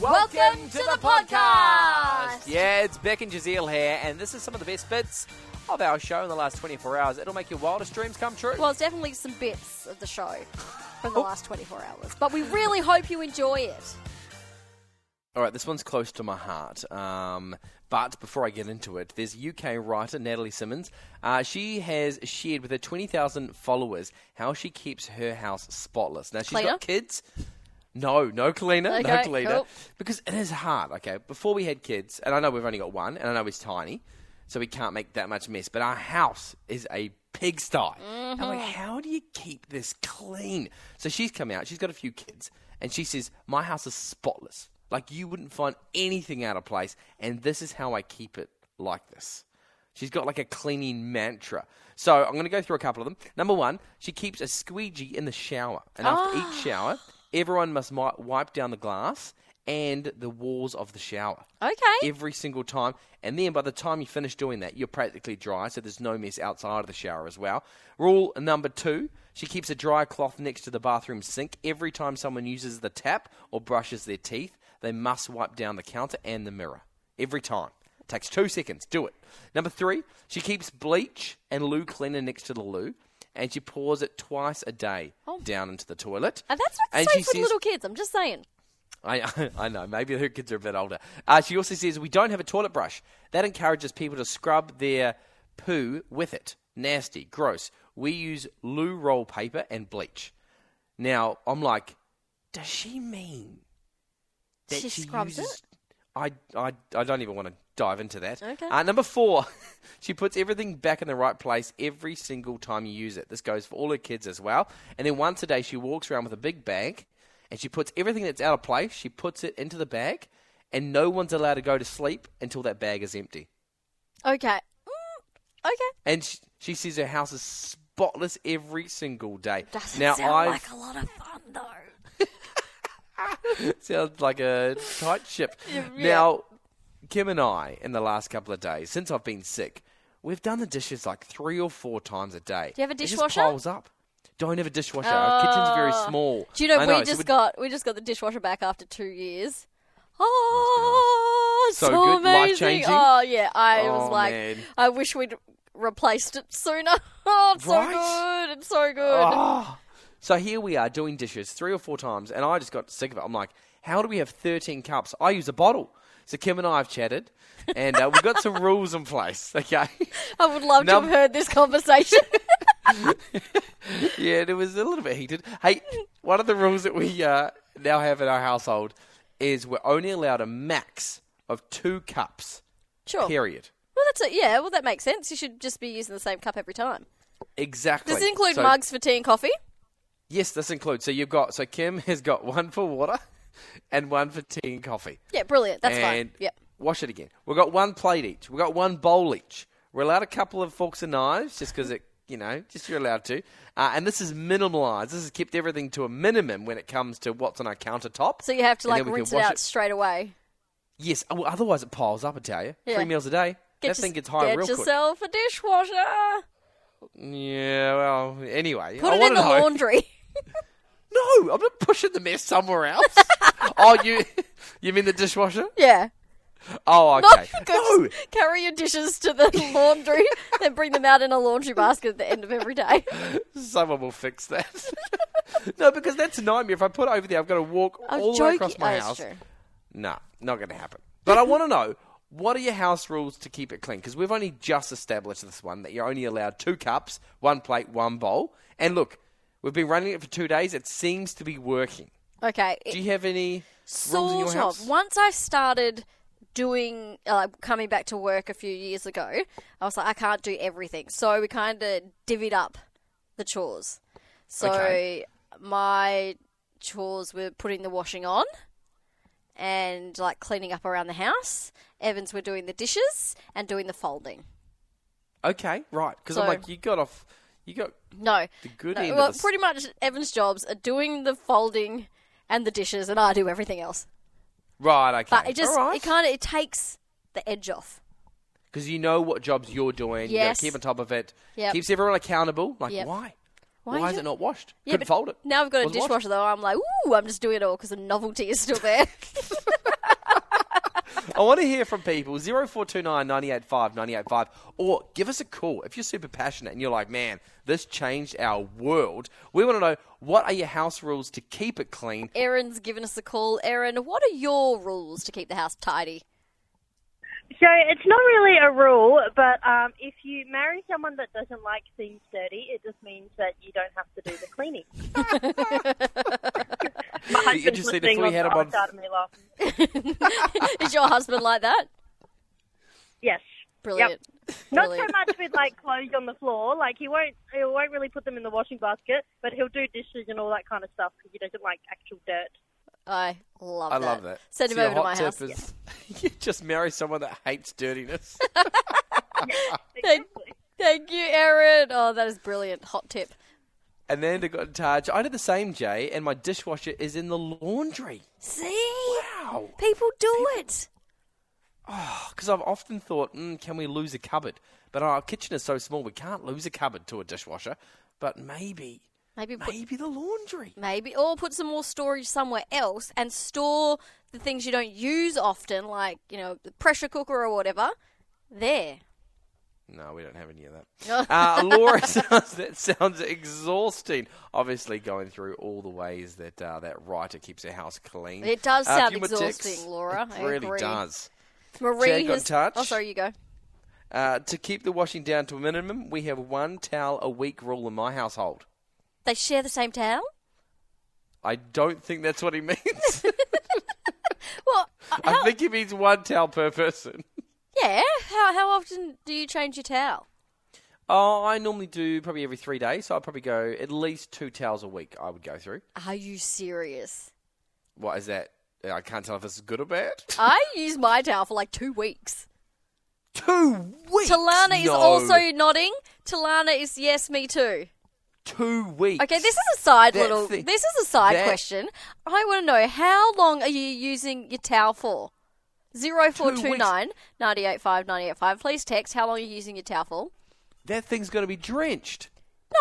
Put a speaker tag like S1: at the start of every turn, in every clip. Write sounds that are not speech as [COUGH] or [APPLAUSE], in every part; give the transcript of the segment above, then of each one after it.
S1: Welcome to the podcast.
S2: Yeah, it's Beck and Giselle here, and this is some of the best bits of our show in the last 24 hours. It'll make your wildest dreams come true.
S1: Well, it's definitely some bits of the show from the last 24 hours, but we really hope you enjoy it.
S2: All right, this one's close to my heart. Um, but before I get into it, there's UK writer Natalie Simmons. Uh, she has shared with her 20,000 followers how she keeps her house spotless. Now, she's
S1: Cleaner?
S2: got kids. No, no cleaner, no
S1: Okay,
S2: cleaner.
S1: cool.
S2: Because it is hard, okay? Before we had kids, and I know we've only got one, and I know he's tiny, so we can't make that much mess, but our house is a pigsty. I'm like,
S1: Mm-hmm.
S2: how do you keep this clean? So she's come out, she's got a few kids, and she says, My house is spotless. Like, you wouldn't find anything out of place, and this is how I keep it like this. She's got like a cleaning mantra. So I'm going to go through a couple of them. Number one, she keeps a squeegee in the shower. And after each shower, everyone must mi- wipe down the glass and the walls of the shower.
S1: Okay.
S2: Every single time. And then by the time you finish doing that, you're practically dry, so there's no mess outside of the shower as well. Rule number two, she keeps a dry cloth next to the bathroom sink. Every time someone uses the tap or brushes their teeth, they must wipe down the counter and the mirror. Every time. Takes two seconds. Do it. Number three, she keeps bleach and loo cleaner next to the loo, and she pours it twice a day down into the toilet.
S1: And Oh. that's not
S2: And
S1: safe
S2: she
S1: for
S2: says-
S1: little kids. I'm just saying.
S2: I, [LAUGHS] I know. Maybe her kids are a bit older. Uh, she also says we don't have a toilet brush. That encourages people to scrub their poo with it. Nasty, gross. We use loo roll paper and bleach. Now I'm like, does she mean that
S1: She
S2: she,
S1: scrubs
S2: uses?
S1: it?
S2: I, I I don't even want to dive into that.
S1: Okay.
S2: Uh, number four, [LAUGHS] she puts everything back in the right place every single time you use it. This goes for all her kids as well. And then once a day, she walks around with a big bag, and she puts everything that's out of place. She puts it into the bag, and no one's allowed to go to sleep until that bag is empty.
S1: Okay. Mm, okay.
S2: And she, she says her house is spotless every single day.
S1: Doesn't
S2: now
S1: sound
S2: I
S1: like a lot of fun, though.
S2: sounds like a tight ship.
S1: [LAUGHS]
S2: Now, Kim and I, in the last couple of days, since I've been sick, we've done the dishes like three or four times a day.
S1: Do you have a
S2: It just
S1: dishwasher? Oh.
S2: piles up. Don't have a dishwasher. Our kitchen's very small.
S1: Do you know,
S2: I
S1: we
S2: so
S1: just
S2: we'd-
S1: got we just got the dishwasher back after two years. Oh,
S2: So
S1: so,
S2: good,
S1: amazing!
S2: life-changing.
S1: Oh yeah, I
S2: Oh,
S1: was like,
S2: man.
S1: I wish we'd replaced it sooner. [LAUGHS] oh, it's
S2: Right?
S1: so good! It's so good.
S2: Oh. So here we are doing dishes three or four times, and I just got sick of it. I'm like, how do we have 13 cups? I use a bottle. So Kim and I have chatted, and uh, we've got some [LAUGHS] rules in place. Okay.
S1: I would love
S2: Num-
S1: to have heard this conversation. [LAUGHS]
S2: yeah, and it was a little bit heated. Hey, one of the rules that we uh, now have in our household is we're only allowed a max of two cups.
S1: sure.
S2: Period.
S1: Well, that's it. Yeah. Well, that makes sense. You should just be using the same cup every time.
S2: Exactly.
S1: Does it include
S2: So-
S1: mugs for tea and coffee?
S2: Yes, this includes. So you've got. So Kim has got one for water, and one for tea and coffee.
S1: Yeah, brilliant. That's fine.
S2: and
S1: Yep.
S2: wash it again. We've got one plate each. We've got one bowl each. We're allowed a couple of forks and knives just because it, you know, just you're allowed to. Uh, and this is minimalised. This has kept everything to a minimum when it comes to what's on our countertop.
S1: So you have to
S2: And
S1: like
S2: then we can
S1: rinse it
S2: wash
S1: out straight away.
S2: Yes, oh, otherwise it piles up, I tell you.
S1: Yeah.
S2: Three meals a day. that
S1: your-
S2: thing gets higher
S1: get
S2: real
S1: yourself a dishwasher.
S2: quick. Yeah, well, anyway.
S1: Put
S2: I
S1: it in
S2: wanna
S1: the
S2: know-
S1: laundry.
S2: [LAUGHS] No, I'm not pushing the mess somewhere
S1: [LAUGHS]
S2: else. oh, you you mean the dishwasher?
S1: yeah.
S2: Oh,
S1: No,
S2: okay.
S1: [LAUGHS]
S2: [LAUGHS]
S1: go just carry your dishes to the [LAUGHS] laundry, then bring them out in a laundry basket at the end of every day.
S2: Someone will fix that. [LAUGHS] no, because that's a nightmare. If I put it over there, I've got to walk
S1: I'm
S2: all the way
S1: joking.
S2: across my
S1: Oh, it's
S2: house.
S1: true.
S2: Nah, not going to happen. But I want to know what are your house rules to keep it clean? Because we've only just established this one that you're only allowed two cups, one plate, one bowl. And look, we've been running it for two days. It seems to be working.
S1: Okay.
S2: Do you have any rules in your
S1: sort
S2: house?
S1: of. Once I started doing, uh, coming back to work a few years ago, I was like, I can't do everything. So we kind of divvied up the chores. So
S2: Okay.
S1: my chores were putting the washing on and like cleaning up around the house. Evans were doing the dishes and doing the folding.
S2: Okay, right. Because I'm
S1: So-
S2: like, you got off. You got
S1: No.
S2: the good
S1: No,
S2: end
S1: well,
S2: of this.
S1: pretty much Evan's jobs are doing the folding and the dishes, and I do everything else.
S2: right, okay.
S1: But it just
S2: All right.
S1: it kind of it takes the edge off.
S2: because you know what jobs you're doing. You
S1: Yes.
S2: gotta keep on top of it.
S1: Yep.
S2: Keeps everyone accountable. Like
S1: Yep.
S2: why?
S1: Why
S2: Why,
S1: you
S2: is
S1: do-
S2: it not washed?
S1: Yeah,
S2: Couldn't
S1: but
S2: fold it.
S1: Now I've got a
S2: Wasn't washed. [LAUGHS]
S1: dishwasher though. I'm like, ooh, I'm just doing it all because the novelty is still there.
S2: I want to hear from people 0429 985 985 or give us a call if you're super passionate and you're like, man, this changed our world. We want to know what are your house rules to keep it clean?
S1: Erin's given us a call. Erin, what are your rules to keep the house tidy? [LAUGHS]
S3: So it's not really a rule, but um, if you marry someone that doesn't like things dirty, it just means that you don't have to do the
S1: [LAUGHS]
S3: cleaning. My husband's
S2: interesting if
S3: listening
S2: we had him
S3: the
S2: on-
S3: other side of me laughing.
S1: Is your husband like that?
S3: Yes.
S1: Brilliant.
S3: Not so
S1: Brilliant.
S3: much with like clothes on the floor. Like he won't, he won't really put them in the washing basket, but he'll do dishes and all that kind of stuff because he doesn't like actual dirt.
S1: I love
S2: I
S1: that.
S2: love that.
S1: Send him
S2: So your
S1: over to my
S2: hot tip
S1: house.
S2: is- [LAUGHS] you just marry someone that hates
S1: [LAUGHS]
S2: dirtiness.
S1: Thank, thank you, Erin. Oh, that is brilliant. Hot tip.
S2: Amanda got in touch. I did the same, Jay, and my dishwasher is in the laundry.
S1: See?
S2: Wow.
S1: People do it.
S2: Because I've often thought, mm, can we lose a cupboard? But our kitchen is so small, we can't lose a cupboard to a dishwasher. But maybe,
S1: Maybe put,
S2: maybe the laundry.
S1: maybe or put some more storage somewhere else and store the things you don't use often, like you know the pressure cooker or whatever. There.
S2: No, we don't have any of that.
S1: [LAUGHS]
S2: uh, Laura [LAUGHS] sounds that sounds exhausting. Obviously, going through all the ways that uh, that writer keeps her house clean.
S1: It does
S2: a
S1: sound
S2: few more ticks.
S1: exhausting, Laura.
S2: It
S1: I
S2: really
S1: agree.
S2: does.
S1: Marie
S2: Jay got
S1: has-
S2: in touch.
S1: Oh, sorry, you go.
S2: Uh, to keep the washing down to a minimum, we have one towel a week rule in my household.
S1: They share the same towel.
S2: I don't think that's what he [LAUGHS] means.
S1: Well, uh,
S2: I think he means one towel per person. [LAUGHS]
S1: yeah. How how often do you change your towel?
S2: Oh, I normally do probably every three days, so I'd probably go at least two towels a week. I would go through.
S1: Are you serious?
S2: What is that? I can't tell if this is good or bad.
S1: I use my towel for like two weeks.
S2: two weeks.
S1: Talana is
S2: No.
S1: also nodding. Talana is yes, me too.
S2: two weeks.
S1: Okay, this is a side
S2: That
S1: little.
S2: thing-
S1: this is a side
S2: that-
S1: question. I want to know how long are you using your towel for? Zero four two nine ninety eight five ninety eight five. Please text how long are you using your towel for.
S2: that thing's going to be drenched,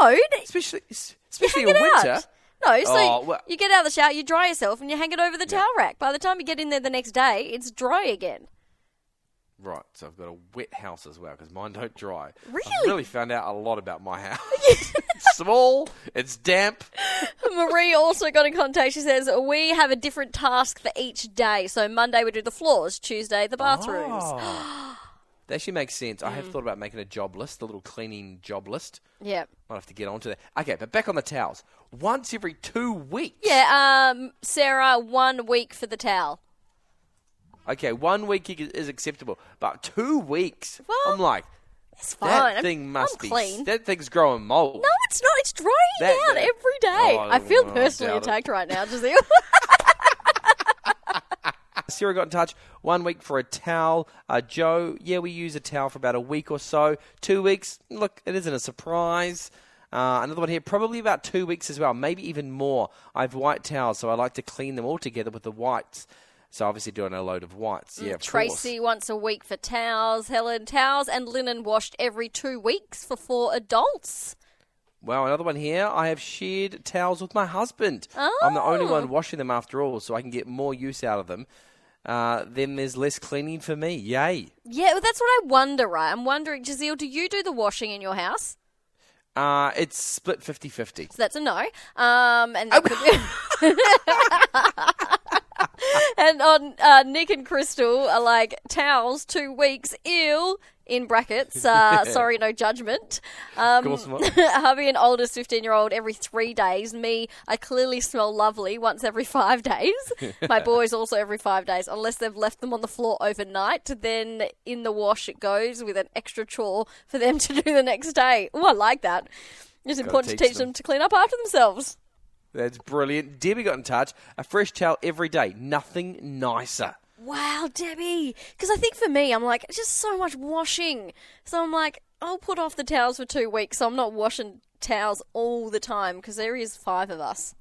S1: No, d-
S2: especially
S1: you
S2: especially
S1: hang
S2: in
S1: it
S2: winter.
S1: out. No, so
S2: Oh, well-
S1: you get out of the shower, you dry yourself, and you hang it over the towel rack. By the time you get in there the next day, it's dry again. [LAUGHS]
S2: Right, so I've got a wet house as well because mine don't dry. I've
S1: Really?
S2: really found out a lot about my
S1: [LAUGHS]
S2: house. it's small, it's damp.
S1: Marie also got in contact. She says we have a different task for each day. So Monday we do the floors, Tuesday the bathrooms.
S2: Oh. that actually makes sense. I have
S1: Mm.
S2: thought about making a job list, the little cleaning job list.
S1: [GASPS] Yeah.
S2: Might have to get onto that. Okay, but back on the towels. Once every two weeks.
S1: Yeah, um, Sarah, one week for the towel.
S2: Okay, one week i- is acceptable, but two weeks.
S1: Well,
S2: I'm like,
S1: It's fine.
S2: that
S1: I'm-
S2: thing must
S1: I'm
S2: be.
S1: clean.
S2: That thing's growing mold.
S1: no, it's not. It's drying
S2: That-
S1: out
S2: that-
S1: every day.
S2: Oh,
S1: I feel
S2: well, I
S1: personally
S2: doubt it.
S1: attacked
S2: [LAUGHS]
S1: right now, Giselle.
S2: Sarah got in touch. One week for a towel. Uh, Joe, yeah, we use a towel for about a week or so. Two weeks. Look, it isn't a surprise. Uh, another one here, probably about two weeks as well, maybe even more. I have white towels, so I like to clean them all together with the whites. So obviously doing a load of whites. Yeah, of
S1: Mm, Tracy once a week for towels. Helen, towels and linen washed every two weeks for four adults.
S2: Course. Wow, another one here. I have shared towels with my husband. I'm the
S1: Oh.
S2: only one washing them after all, so I can get more use out of them. Uh, then there's less cleaning for me. Yay.
S1: Yeah, well, that's what I wonder, right? I'm wondering, Giselle, do you do the washing in your house?
S2: Uh, it's split 50 50.
S1: So that's a no. Um, and that could be- [LAUGHS] and on uh, Nick and Crystal are like towels two weeks ill in brackets. Uh, Sorry, no judgment. Um,
S2: course not.
S1: [LAUGHS] Hubby and oldest fifteen year old every three days. Me, I clearly smell lovely once every
S2: [LAUGHS]
S1: five days. My boys also every five days, unless they've left them on the floor overnight. Then in the wash it goes with an extra chore for them to do the next day. Oh, I like that. It's important to
S2: teach
S1: teach
S2: them.
S1: them to clean up after themselves.
S2: That's brilliant. Debbie got in touch. A fresh towel every day. Nothing nicer.
S1: Wow, Debbie. Because I think for me, I'm like, it's just so much washing. So I'm like, I'll put off the towels for two weeks so I'm not washing towels all the time because there is five of us.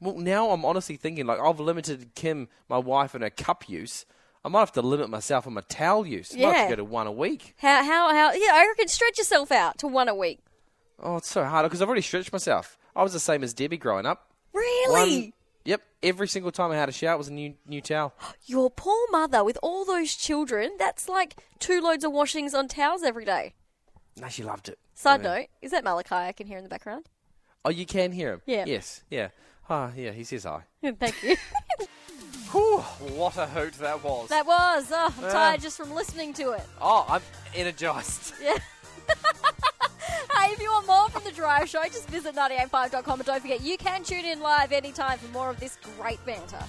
S2: Well, now I'm honestly thinking like I've limited Kim, my wife, and her cup use. I might have to limit myself on my towel use. I might have
S1: Yeah.
S2: to go to one a week.
S1: How, how, how, yeah, I reckon stretch yourself out to one a week.
S2: Oh, it's so hard because I've already stretched myself. I was the same as Debbie growing up.
S1: Really?
S2: One, Yep. Every single time I had a shower, it was a new new towel. [GASPS]
S1: Your poor mother with all those children, that's like two loads of washings on towels every day.
S2: No, she loved it.
S1: Side note, is that Malachi I can hear in the background?
S2: Oh, you can hear him.
S1: Yeah.
S2: Yes. Yeah. Ah, yeah. He says hi.
S1: [LAUGHS] Thank you.
S2: Whew, what a hoot that was.
S1: [LAUGHS] that was. Oh, I'm tired just from listening to it.
S2: oh, I'm energized. [LAUGHS]
S1: Yeah. hey, if you want more from The Drive Show, just visit 985.com and don't forget you can tune in live anytime for more of this great banter.